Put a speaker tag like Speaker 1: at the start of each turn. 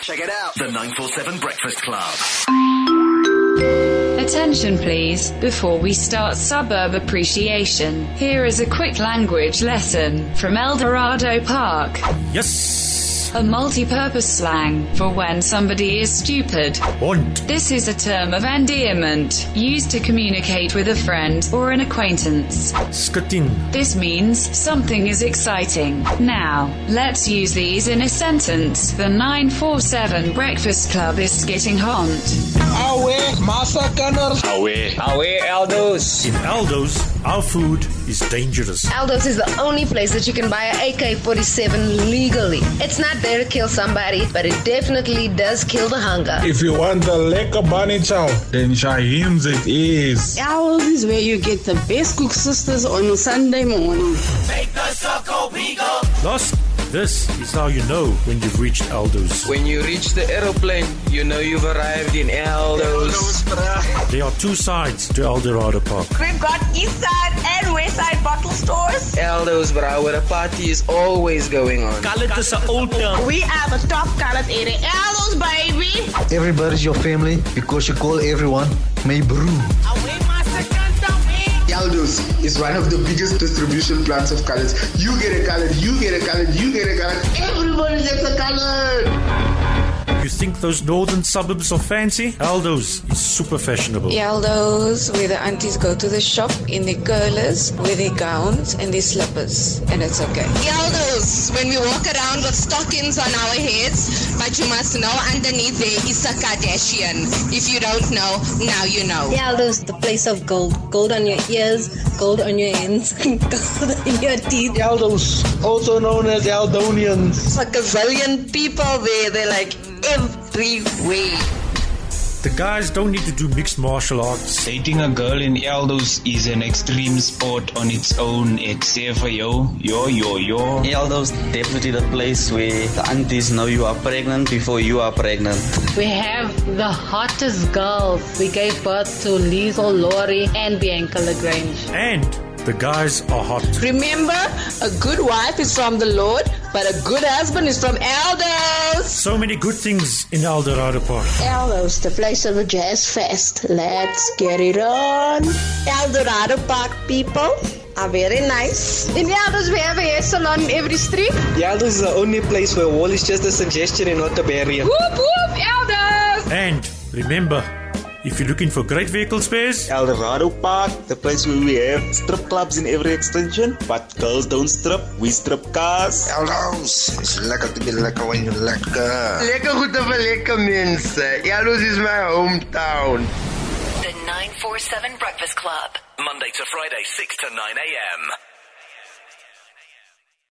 Speaker 1: Check it out. The 947 Breakfast Club.
Speaker 2: Attention please, before we start suburb appreciation, here is a quick language lesson from El Dorado Park.
Speaker 3: Yes.
Speaker 2: A multi-purpose slang for when somebody is stupid.
Speaker 3: Und.
Speaker 2: This is a term of endearment, used to communicate with a friend or an acquaintance.
Speaker 3: Skatin.
Speaker 2: This means something is exciting. Now, let's use these in a sentence. The 947 Breakfast Club is skitting haunt.
Speaker 4: Awe, Massa Gunners.
Speaker 5: Away.
Speaker 4: Awe, Aldos.
Speaker 3: In Aldo's, our food is dangerous.
Speaker 6: Aldo's is the only place that you can buy an AK 47 legally. It's not there to kill somebody, but it definitely does kill the hunger.
Speaker 7: If you want the lekker bunny chow, then Shaheem's it is.
Speaker 8: Owls is where you get the best cook sisters on a Sunday morning.
Speaker 3: Thus, this is how you know when you've reached Aldo's.
Speaker 4: When you reach the aeroplane, you know you've arrived in Aldos.
Speaker 3: There are two sides to El Dorado Park.
Speaker 9: We've got east side and west side bottle stores.
Speaker 4: Aldos, brah, where the party is always going on.
Speaker 3: Colored is an old term.
Speaker 9: We are the top colored area. Eldos, baby.
Speaker 10: Everybody's your family because you call everyone my bro.
Speaker 9: Away, Master
Speaker 11: Yaldos is one of the biggest distribution plants of colors. You get a color, you get a color, you get a color. Everybody gets a color.
Speaker 3: You think those northern suburbs are fancy? Aldo's is super fashionable.
Speaker 12: Yaldos, where the aunties go to the shop in their curlers, with their gowns and their slippers, and it's okay.
Speaker 13: Yaldos, when we walk around with stockings on our heads, but you must know underneath there is a Kardashian. If you don't know, now you know.
Speaker 6: The Aldo's, the place of gold. Gold on your ears, gold on your hands, gold on your teeth.
Speaker 4: Aldos, also known as Aldonians.
Speaker 13: It's like a zillion people there. They're like everywhere.
Speaker 3: The guys don't need to do mixed martial arts.
Speaker 14: Dating a girl in Eldos is an extreme sport on its own, except for yo, yo, yo, yo.
Speaker 15: Eldos definitely the place where the aunties know you are pregnant before you are pregnant.
Speaker 16: We have the hottest girls. We gave birth to Liesl Laurie and Bianca Lagrange.
Speaker 3: And the guys are hot.
Speaker 12: Remember, a good wife is from the Lord, but a good husband is from Aldo's.
Speaker 3: So many good things in El Dorado Park.
Speaker 8: Eldo's, the place of the jazz fest. Let's get it on.
Speaker 12: El Dorado Park people are very nice.
Speaker 6: In the Aldo's, we have a hair salon in every street.
Speaker 4: Aldos is the only place where wall is just a suggestion and not a barrier.
Speaker 6: Whoop, whoop, Aldo's!
Speaker 3: And remember, if you're looking for great vehicle spares,
Speaker 15: El Dorado Park, the place where we have strip clubs in every extension, but girls don't strip, we strip cars.
Speaker 10: Aldo's is lekker to be lekker when you lekker.
Speaker 4: Lekker goede van lekker mensen. Eldos is my hometown.
Speaker 1: The 947 Breakfast Club. Monday to Friday, 6 to 9 a.m.